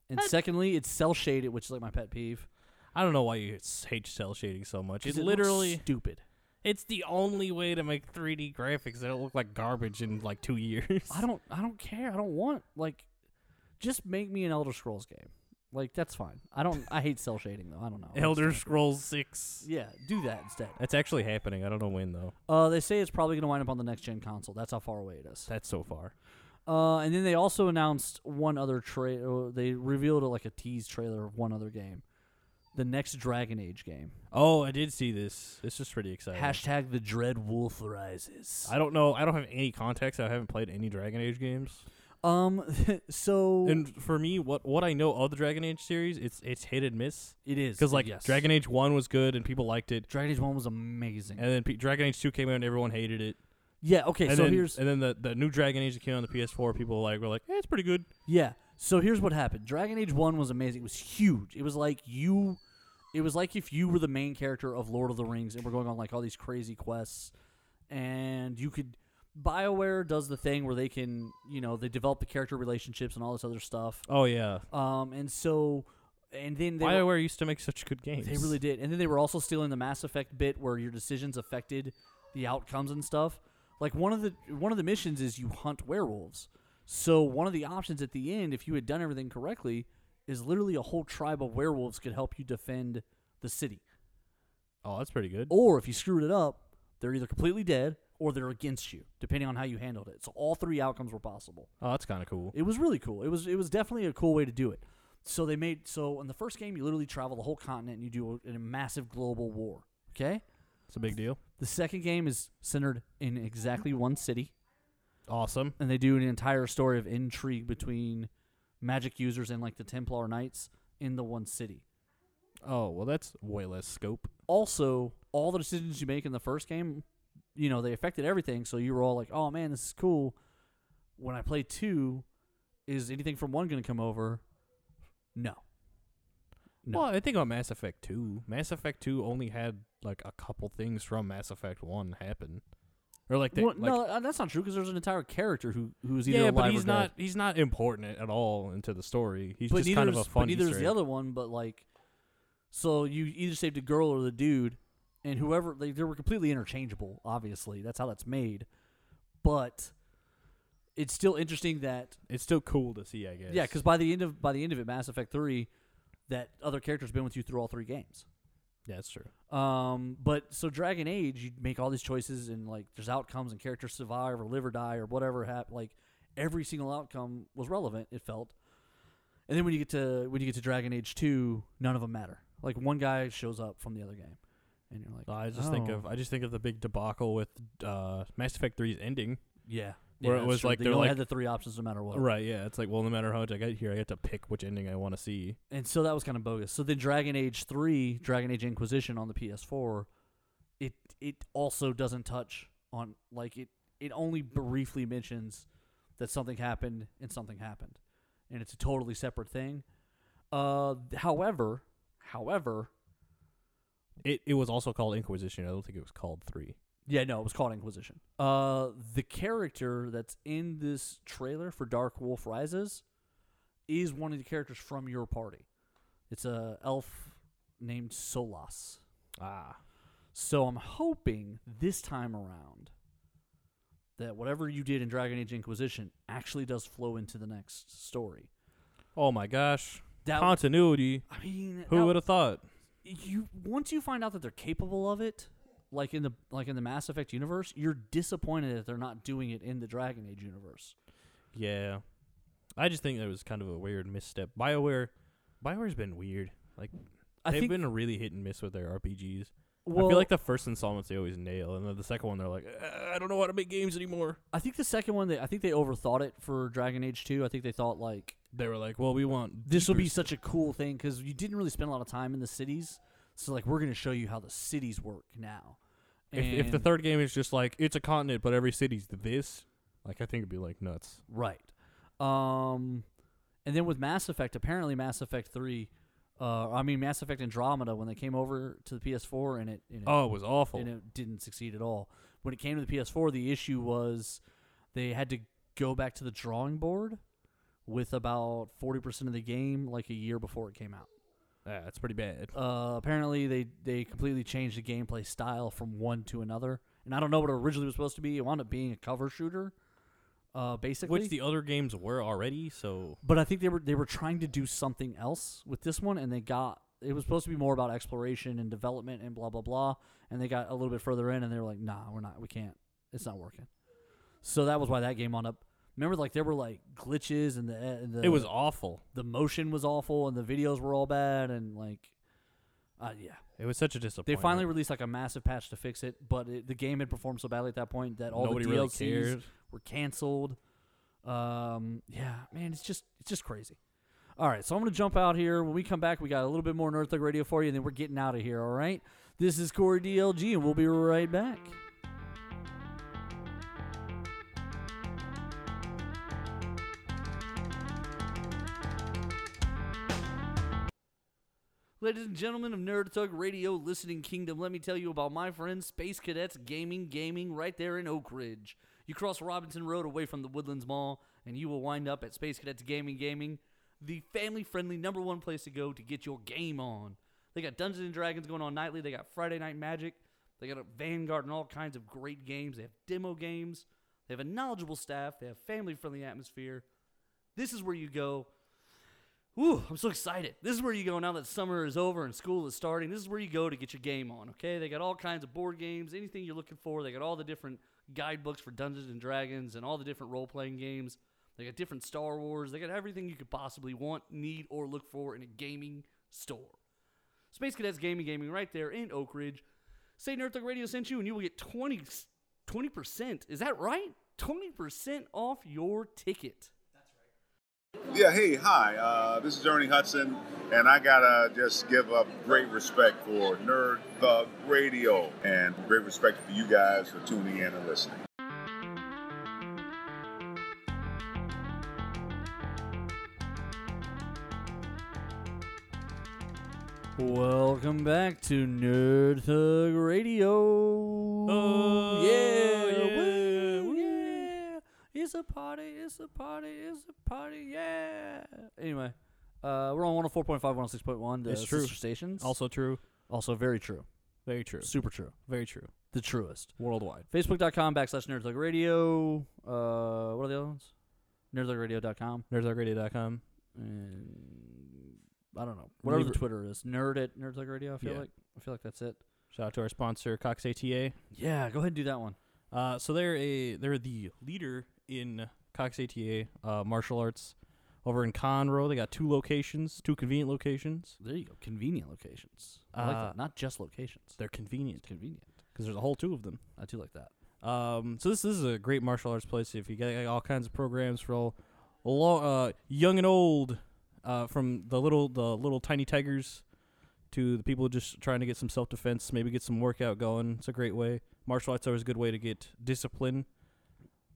and secondly, it's cell shaded, which is like my pet peeve. I don't know why you s- hate cell shading so much. 'Cause It it looks literally, stupid. it's the only way to make 3D graphics that don't look like garbage in like two years. I don't. I don't care. I don't want like. Just make me an Elder Scrolls game. Like that's fine. I don't. I hate cell shading though. I don't know. Elder Scrolls 6. Yeah, do that instead. That's actually happening. I don't know when though. Uh, they say it's probably going to wind up on the next gen console. That's how far away it is. That's so far. Uh, and then they also announced one other trailer. They revealed uh, like a tease trailer of one other game, the next Dragon Age game. Oh, I did see this. This is pretty exciting. Hashtag the Dread Wolf rises. Uh, I don't know. I don't have any context. I haven't played any Dragon Age games. Um, so And for me, what what I know of the Dragon Age series, it's it's hit and miss. it is Because like yes. Dragon Age One was good and people liked it. Dragon Age One was amazing. And then P- Dragon Age 2 came out and everyone hated it. yeah. Okay. and So then, here's and then the, the new Dragon Age that came out on the PS4, people like were like, eh, it's pretty good. yeah. So here's what happened. Dragon Age One was amazing. It was huge. It was like you. It was like if you were the main character of Lord of the Rings and we're going on like all these crazy quests, and you could. BioWare does the thing where they can, you know, they develop the character relationships and all this other stuff. Oh yeah, Um, and so, and then they were- Bioware used to make such good games. they really did. And then they were also stealing the Mass Effect bit where your decisions affected the outcomes and stuff. Like one of the one of the missions is you hunt werewolves. So one of the options at the end, if you had done everything correctly, is literally a whole tribe of werewolves could help you defend the city. Oh, that's pretty good. Or if you screwed it up, they're either completely dead or they're against you, depending on how you handled it. So all three outcomes were possible. Oh, that's kind of cool. It was really cool. It was it was definitely a cool way to do it. So they made so in the first game you literally travel the whole continent and you do a, a massive global war. Okay. It's a big deal. The second game is centered in exactly one city, Awesome. and they do an entire story of intrigue between magic users and like the Templar Knights in the one city. Oh well, that's way less scope. Also, all the decisions you make in the first game, you know, they affected everything. So you were all like, "Oh man, this is cool." When I play two, is anything from one going to come over? No. No. Well, I think on Mass Effect Two, Mass Effect Two only had like a couple things from Mass Effect One happen, or like they Well, like, no, uh, that's not true because there's an entire character who who's either yeah, alive but or he's dead. not he's not important at all into the story. He's but just neither kind of is- a fun. But neither Easter is the egg. other one. But like, so you either saved a girl or the dude, and whoever they they were completely interchangeable. Obviously, that's how that's made. But it's still interesting that It's still cool to see, I guess. yeah, because by the end of by the end of it, Mass Effect Three, that other character's been with you through all three games. yeah, that's true. Um, but so Dragon Age, you make all these choices, and like there's outcomes, and characters survive or live or die or whatever happened. Like every single outcome was relevant. It felt. And then when you get to when you get to Dragon Age two, none of them matter. Like one guy shows up from the other game, and you're like, I just think "Oh, of I just think of the big debacle with uh, Mass Effect 3's ending. yeah, where Yeah, it that's was true. like they they're only like- had the three options no matter what, Right, yeah. It's like, well, no matter how much I get here, I get to pick which ending I want to see. and so that was kind of bogus. So then Dragon Age three, Dragon Age Inquisition on the PS4, it it also doesn't touch on like it it only briefly mentions that something happened and something happened, and it's a totally separate thing. Uh, however, however, It it was also called Inquisition. I don't think it was called 3. yeah, no, it was called Inquisition. Uh, the character that's in this trailer for Dark Wolf Rises is one of the characters from your party. It's a elf named Solas. Ah. So I'm hoping this time around that whatever you did in Dragon Age Inquisition actually does flow into the next story. Oh my gosh. That Continuity. I mean, Who that- would have thought? you once you find out that they're capable of it, like in the like in the Mass Effect universe, you're disappointed that they're not doing it in the Dragon Age universe. Yeah. I just think that was kind of a weird misstep. BioWare BioWare's been weird. Like I they've think been really hit and miss with their RPGs. well, I feel like the first installments they always nail, and then the second one they're like, "Uh, I don't know how to make games anymore. I think the second one they I think they overthought it for Dragon Age 2. I think they thought like They were like, well, we want this will deeper be such a cool thing because you didn't really spend a lot of time in the cities. So like we're gonna show you how the cities work now. If, if the And- third game is just like it's a continent, but every city's this, like I think it'd be like nuts. Right. Um, and then with Mass Effect, apparently Mass Effect three, uh, I mean Mass Effect Andromeda, when they came over to the PS4 and it, and it, Oh, it was awful. and it didn't succeed at all. When it came to the PS4, the issue was they had to go back to the drawing board with about forty percent of the game, like a year before it came out. yeah, Ah, it's pretty bad. Uh, apparently, they they completely changed the gameplay style from one to another. And I don't know what it originally was supposed to be. It wound up being a cover shooter, uh, basically. Which the other games were already, so But I think they were they were trying to do something else with this one, and they got it was supposed to be more about exploration and development and blah blah blah. And they got a little bit further in, and they were like, "Nah, we're not. We can't. It's not working." So that was why that game wound up. Remember, like there were like glitches, and the, and the it was awful. the motion was awful, and the videos were all bad, and like, uh, yeah, It was such a they disappointment. finally released like a massive patch to fix it, but it, the game had performed so badly at that point that all nobody the really DLCs cared. were canceled. Um, yeah, man, it's just it's just crazy. All right, so I'm gonna jump out here. When we come back, we got a little bit more Nerd Thug Radio for you, and then we're getting out of here. All right, this is Corey DLG, and we'll be right back. Ladies and gentlemen of Nerd Thug Radio Listening Kingdom, let me tell you about my friends Space Cadets Gaming Gaming right there in Oak Ridge. You cross Robinson Road away from the Woodlands Mall, and you will wind up at Space Cadets Gaming Gaming, the family friendly number one place to go to get your game on. They got Dungeons and Dragons going on nightly, they got Friday Night Magic, they got a Vanguard and all kinds of great games. They have demo games, they have a knowledgeable staff, they have family friendly atmosphere. This is where you go Ooh, I'm so excited. This is where you go now that summer is over and school is starting. This is where you go to get your game on, okay? They got all kinds of board games, anything you're looking for. They got all the different guidebooks for Dungeons and Dragons and all the different role playing games. They got different Star Wars. They got everything you could possibly want, need, or look for in a gaming store. Space Cadets Gaming Gaming right there in Oak Ridge. Satan Earthquake Radio sent you, and you will get 20, 20%. Is that right? 20% off your ticket. Yeah, hey, hi. Uh, this is Ernie Hudson, and I gotta just give up great respect for Nerd Thug Radio and great respect for you guys for tuning in and listening. Welcome back to Nerd Thug Radio. Oh, yeah, yeah, woo, woo. yeah. It's a party, it's a party, it's a party, yeah. Anyway, uh, we're on 104.5, 106.1, the It's true. sister stations. Also true. also very true. Very true. Super true. Very true. The truest. Worldwide. Facebook.com backslash Nerd Thug Radio. Uh, what are the other ones? NerdThugRadio.com. NerdTalkRadio.com. And I don't know. Whatever Leave the it- Twitter is. Nerd at Nerd Thug Radio, I feel Yeah. like. I feel like that's it. Shout out to our sponsor, Cox ATA. Yeah, go ahead and do that one. Uh, so they're a they're the leader in Cox ATA uh, martial arts over in Conroe. They got two locations, two convenient locations. There you go. Convenient locations. I like Uh, that. Not just locations. They're convenient It's convenient. because there's a whole two of them. I do like that. Um, so this this is a great martial arts place. If you get like, all kinds of programs for all, lo- uh, young and old, uh, from the little the little tiny tigers to the people just trying to get some self defense, maybe get some workout going. It's a great way. Martial arts are always a good way to get discipline.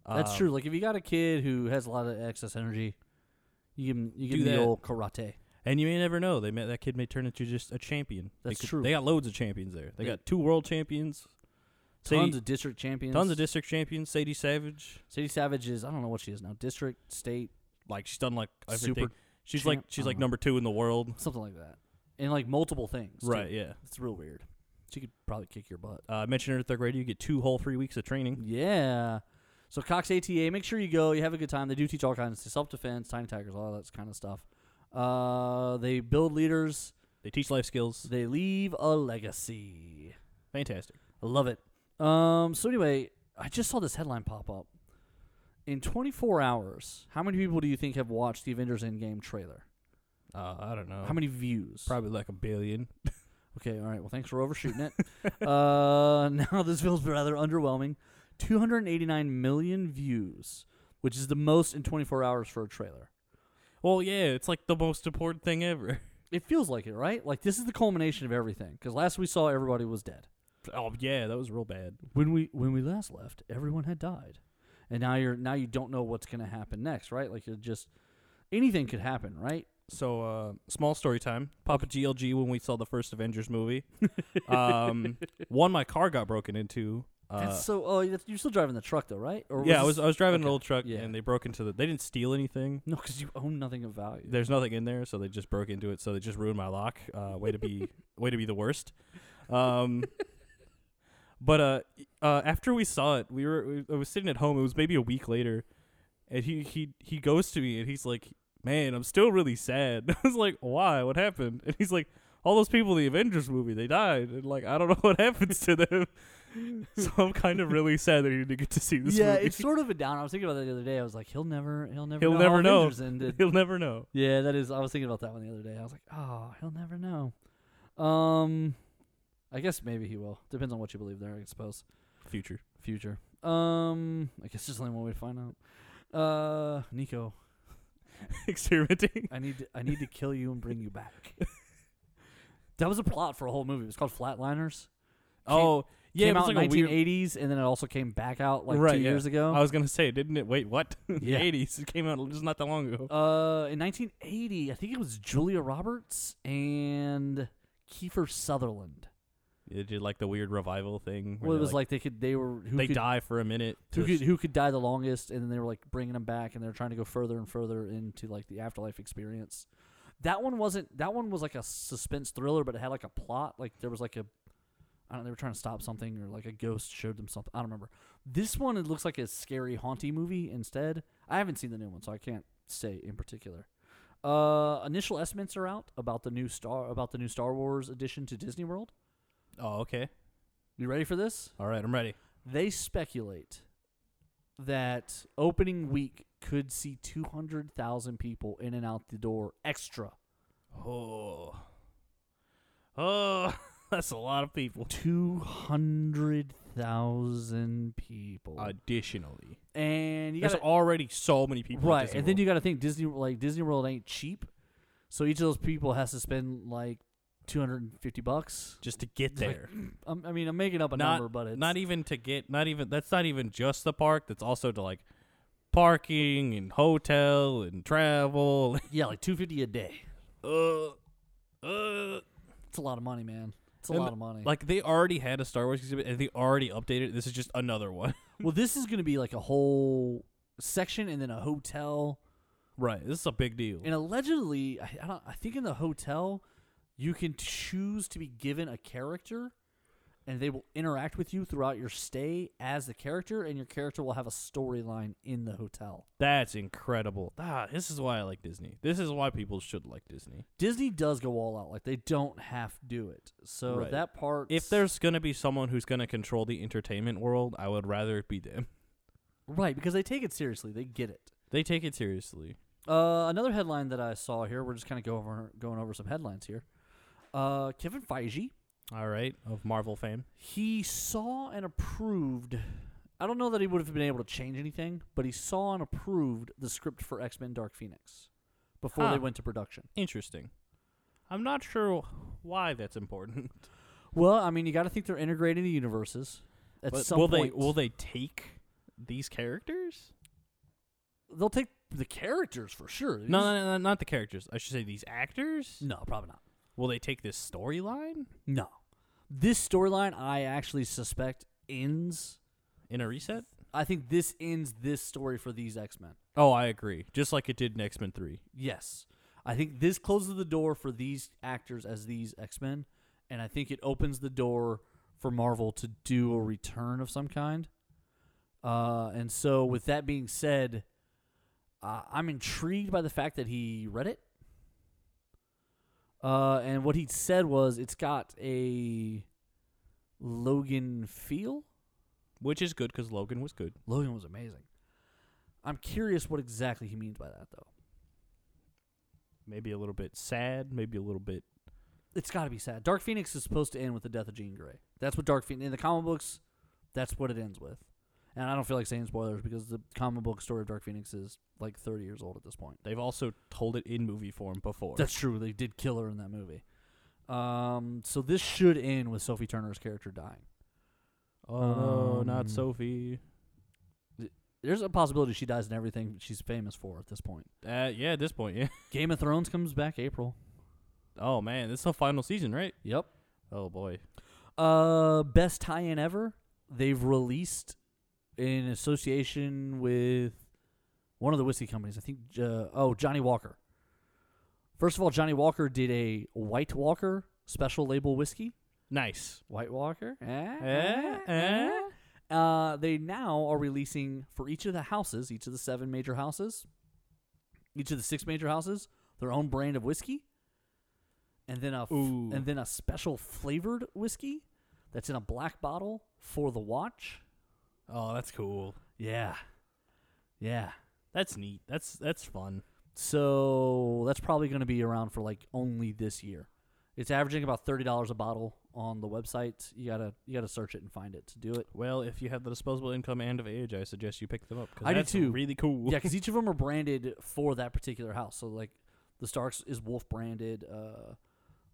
That's Um, true. Like if you got a kid who has a lot of excess energy, you give 'em- you give Do 'em the that. old karate. And you may never know. They may, that kid may turn into just a champion. They That's true. They got loads of champions there. They They- got two world champions. Tons Sadie- of district champions. tons of district champions. Sadie Savage, Sadie Savage is I don't know what she is now. District, state, like she's done like everything. super, she's champ- like she's I like don't know. number two in the world. something like that, and like multiple things. too. Right. Yeah. It's real weird. She could probably kick your butt. Uh, mentioned Earth Thug Radio. You get two whole free weeks of Mm-hmm. training. Yeah. So Cox ATA, make sure you go. You have a good time. They do teach all kinds of self defense, tiny tigers, all that kind of stuff. Uh, they build leaders. They teach life skills. They leave a legacy. Fantastic. I love it. Um. So anyway, I just saw this headline pop up. In 24 hours, how many people do you think have watched the Avengers Endgame trailer? Uh, I don't know. How many views? Probably like a billion. Okay. All right. Well, thanks for overshooting it. uh, now this feels rather underwhelming. 289 million views, which is the most in 24 hours for a trailer. Well, yeah, it's like the most important thing ever. It feels like it, right? Like this is the culmination of everything. Because last we saw, everybody was dead. Oh yeah, that was real bad. when we when we last left, everyone had died, and now you're now you don't know what's gonna happen next, right? Like you're just anything could happen, right? So, uh, small story time. Papa GLG when we saw the first Avengers movie. um, one, my car got broken into. Uh, that's so. Oh, that's, you're still driving the truck though, right? Or yeah, I was this- I was driving an okay, old truck yeah. and they broke into the. They didn't steal anything. no, because you own nothing of value. There's nothing in there, so they just broke into it. So they just ruined my lock. Uh, way to be, way to be the worst. Um, but uh, uh, after we saw it, we were we, I was sitting at home. It was maybe a week later, and he he he goes to me and he's like, "Man, I'm still really sad." I was like, "Why? What happened?" And he's like, "All those people in the Avengers movie, they died, and like I don't know what happens to them." so I'm kind of really sad that he didn't get to see this yeah, movie. it's sort of a down. I was thinking about that the other day. I was like, he'll never, he'll never, He'll know never how know. Avengers ended. He'll never know. yeah, that is. I was thinking about that one the other day. I was like, oh, he'll never know. Um, I guess maybe he will. Depends on what you believe there, I suppose. Future. Future. Um, I guess there's only one way to find out. Uh, Nico, Experimenting. I need to, I need to kill you and bring you back. that was a plot for a whole movie. It was called Flatliners. Came- oh, yeah, came it was out in like a weird- 1980s, and then it also came back out like Right, two yeah. years ago. I was gonna say, didn't it? Wait, what? Yeah. The eighties. It came out just not that long ago. uh, in 1980, I think it was Julia Roberts and Kiefer Sutherland. They did like the weird revival thing. where Well, it they, was like, they could they were who they could, die for a minute. who to- could who could die the longest, and then they were like bringing them back, and they're trying to go further and further into like the afterlife experience. That one wasn't. That one was like a suspense thriller, but it had like a plot. Like there was like a, I don't. know, They were trying to stop something, or like a ghost showed them something. I don't remember. This one it looks like a scary, haunty movie instead. I haven't seen the new one, so I can't say in particular. Uh, initial estimates are out about the new star about the new Star Wars addition to Disney World. oh, okay. You ready for this? All right, I'm ready. they speculate that opening week could see 200,000 people in and out the door extra. Oh, oh, that's a lot of people. 200,000 people. Uh, Additionally, and you there's got already so many people. at right, Disney and then World. you got to think Disney like Disney World ain't cheap. So each of those people has to spend like 250 bucks. just to get Like, there. I'm, I mean, I'm making up a not, number, but it's not e- even to get not even that's not even just the park. That's also to like parking and hotel and travel. yeah, like 250 a day. uh, uh. It's a lot of money, man. It's a And lot of money. Like they already had a Star Wars exhibit and they already updated. it. This is just another one. well, this is going to be like a whole section and then a hotel. right. This is a big deal. And allegedly, I, I, don't, I think in the hotel, you can choose to be given a character, and they will interact with you throughout your stay as the character, and your character will have a storyline in the hotel. That's incredible. Ah, this is why I like Disney. This is why people should like Disney. Disney does go all out; like they don't half do it. So Right. that part, If there's gonna be someone who's gonna control the entertainment world, I would rather it be them. right, because they take it seriously, they get it. They take it seriously. Uh, another headline that I saw here. We're just kind of going over going over some headlines here. Uh, Kevin Feige All right, of Marvel fame. he saw and approved I don't know that he would have been able to change anything, but he saw and approved the script for X-Men Dark Phoenix before they Huh. went to production. Interesting. I'm not sure why that's important. Well, I mean, you got to think they're integrating the universes at But some will point. they will they take these characters? will take the characters for sure. No, no, no, not the characters. I should say these actors. no, probably not. Will they take this storyline No. This storyline I actually suspect ends in a reset? I think this ends this story for these X-Men. Oh, I agree. Just like it did in X Men Three. Yes. I think this closes the door for these actors as these X Men, and I think it opens the door for Marvel to do a return of some kind. Uh, and so, with that being said, uh, I'm intrigued by the fact that he read it. Uh, and what he said was it's got a Logan feel. which is good because Logan was good. Logan was amazing. I'm curious what exactly he means by that, though. Maybe a little bit sad. Maybe a little bit. it's got to be sad. Dark Phoenix is supposed to end with the death of Jean Grey. That's what Dark Phoenix in the comic books. That's what it ends with. And I don't feel like saying spoilers because the comic book story of Dark Phoenix is like 30 years old at this point. They've also told it in movie form before. That's true. They did kill her in that movie. Um, so this should end with Sophie Turner's character dying. oh no, Um, not Sophie. There's a possibility she dies in everything she's famous for at this point. Uh, yeah, at this point, yeah. Game of Thrones comes back April. Oh man, this is the final season, right? Yep. Oh boy. Uh, best tie-in ever. They've released in association with one of the whiskey companies. I think. Uh, oh, Johnny Walker. First of all, Johnny Walker did a White Walker special label whiskey. Nice. White Walker. Eh, Eh, eh. Uh, they now are releasing for each of the houses, each of the seven major houses, each of the six major houses, their own brand of whiskey, and then a f- Ooh. and then a special flavored whiskey that's in a black bottle for the watch. Oh, that's cool. Yeah, yeah. That's neat. That's that's fun. So that's probably going to be around for like only this year. It's averaging about thirty dollars a bottle on the website. You gotta you gotta search it and find it to do it. Well, if you have the disposable income and of age, I suggest you pick them up. 'cause I do that's too. Really cool. yeah, because each of them are branded for that particular house. So like, the Starks is Wolf branded. Uh,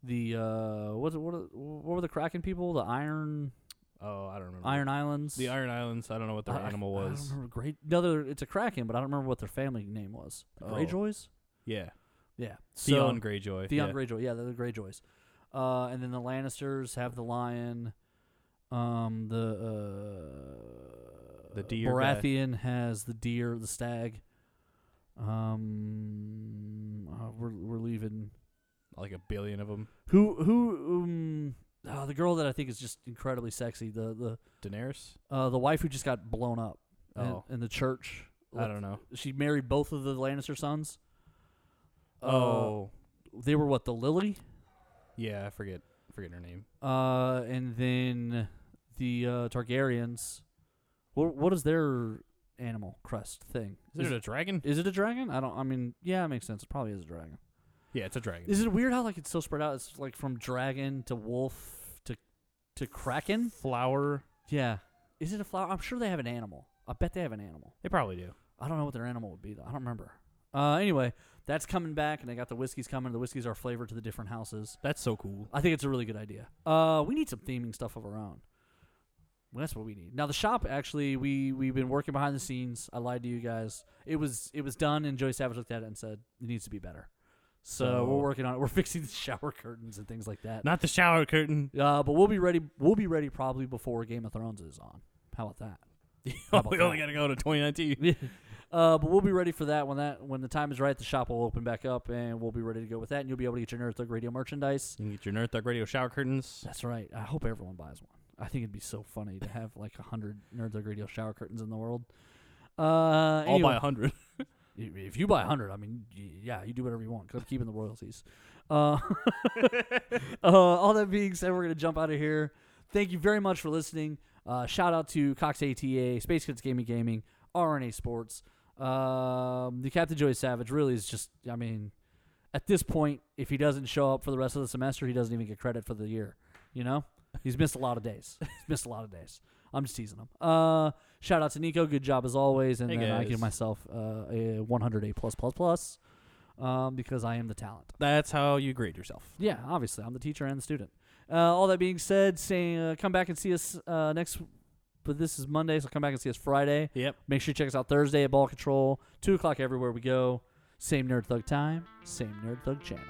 the uh, what what are- what were the Kraken people? The Iron Oh, I don't remember. Iron Islands. The Iron Islands. I don't know what their I- I- animal I don't was. remember great. No, they're- it's a Kraken, but I don't remember what their family name was. The Oh. Greyjoys. Yeah. Yeah. So Theon Greyjoy. Theon yeah. Greyjoy. Yeah, they're the Greyjoys. Uh, and then the Lannisters have the lion. Um, the uh, The deer guy. Baratheon has the deer, the stag. Um, uh, we're we're leaving. Like a billion of them. Who who um uh, oh, the girl that I think is just incredibly sexy. The the Daenerys. uh, the wife who just got blown up in- Oh. in, the church. I don't know. She married both of the Lannister sons. Uh, oh, they were what the Lily, yeah. I forget. Forget her name. uh, and then the uh, Targaryens. What what is their animal crest thing? Is, Is, it a dragon? is it a dragon? I don't. I mean, yeah, it makes sense. It probably is a dragon. yeah, it's a dragon. Is it weird how like it's so spread out? It's like from dragon to wolf to to kraken. Flower. Yeah. Is it a flower? I'm sure they have an animal. I bet they have an animal. They probably do. I don't know what their animal would be though. I don't remember. Uh, anyway, that's coming back, and they got the whiskeys coming. The whiskeys are flavored to the different houses. That's so cool. I think it's a really good idea. Uh, we need some theming stuff of our own. Well, that's what we need. Now the shop actually, we we've been working behind the scenes. I lied to you guys. It was it was done, and Joey Savage looked at it and said it needs to be better. So, So- we're working on it. We're fixing the shower curtains and things like that. Not the shower curtain. uh, but we'll be ready. We'll be ready probably before Game of Thrones is on. How about that? How about we only that? got to go to 2019. Uh, but we'll be ready for that when that when the time is right. The shop will open back up, and we'll be ready to go with that. And you'll be able to get your Nerd Thug Radio merchandise. You can get your Nerd Thug Radio shower curtains. That's right. I hope everyone buys one. I think it'd be so funny to have like a hundred Nerd Thug Radio shower curtains in the world. Uh, All by anyway, a hundred. if if you buy a hundred, I mean, y- yeah, you do whatever you want because I'm keeping the royalties. Uh, uh, all that being said, we're gonna jump out of here. Thank you very much for listening. Uh, shout out to Cox ATA, Space Kids Gaming Gaming, RNA Sports. Um, the Captain Joey Savage really is just, I mean, at this point, if he doesn't show up for the rest of the semester, he doesn't even get credit for the year. You know, he's missed a lot of days. He's missed a lot of days. I'm just teasing him. Uh, shout out to Nico. Good job as always. And Hey, then I give guys. myself uh, a 100 A plus plus plus um, because I am the talent. That's how you grade yourself. Yeah, obviously, I'm the teacher and the student. Uh, all that being said, saying uh, come back and see us uh, next. But this is Monday, so come back and see us Friday. Yep. Make sure you check us out Thursday at Ball Control, two o'clock everywhere we go. Same nerd thug time, same nerd thug channel.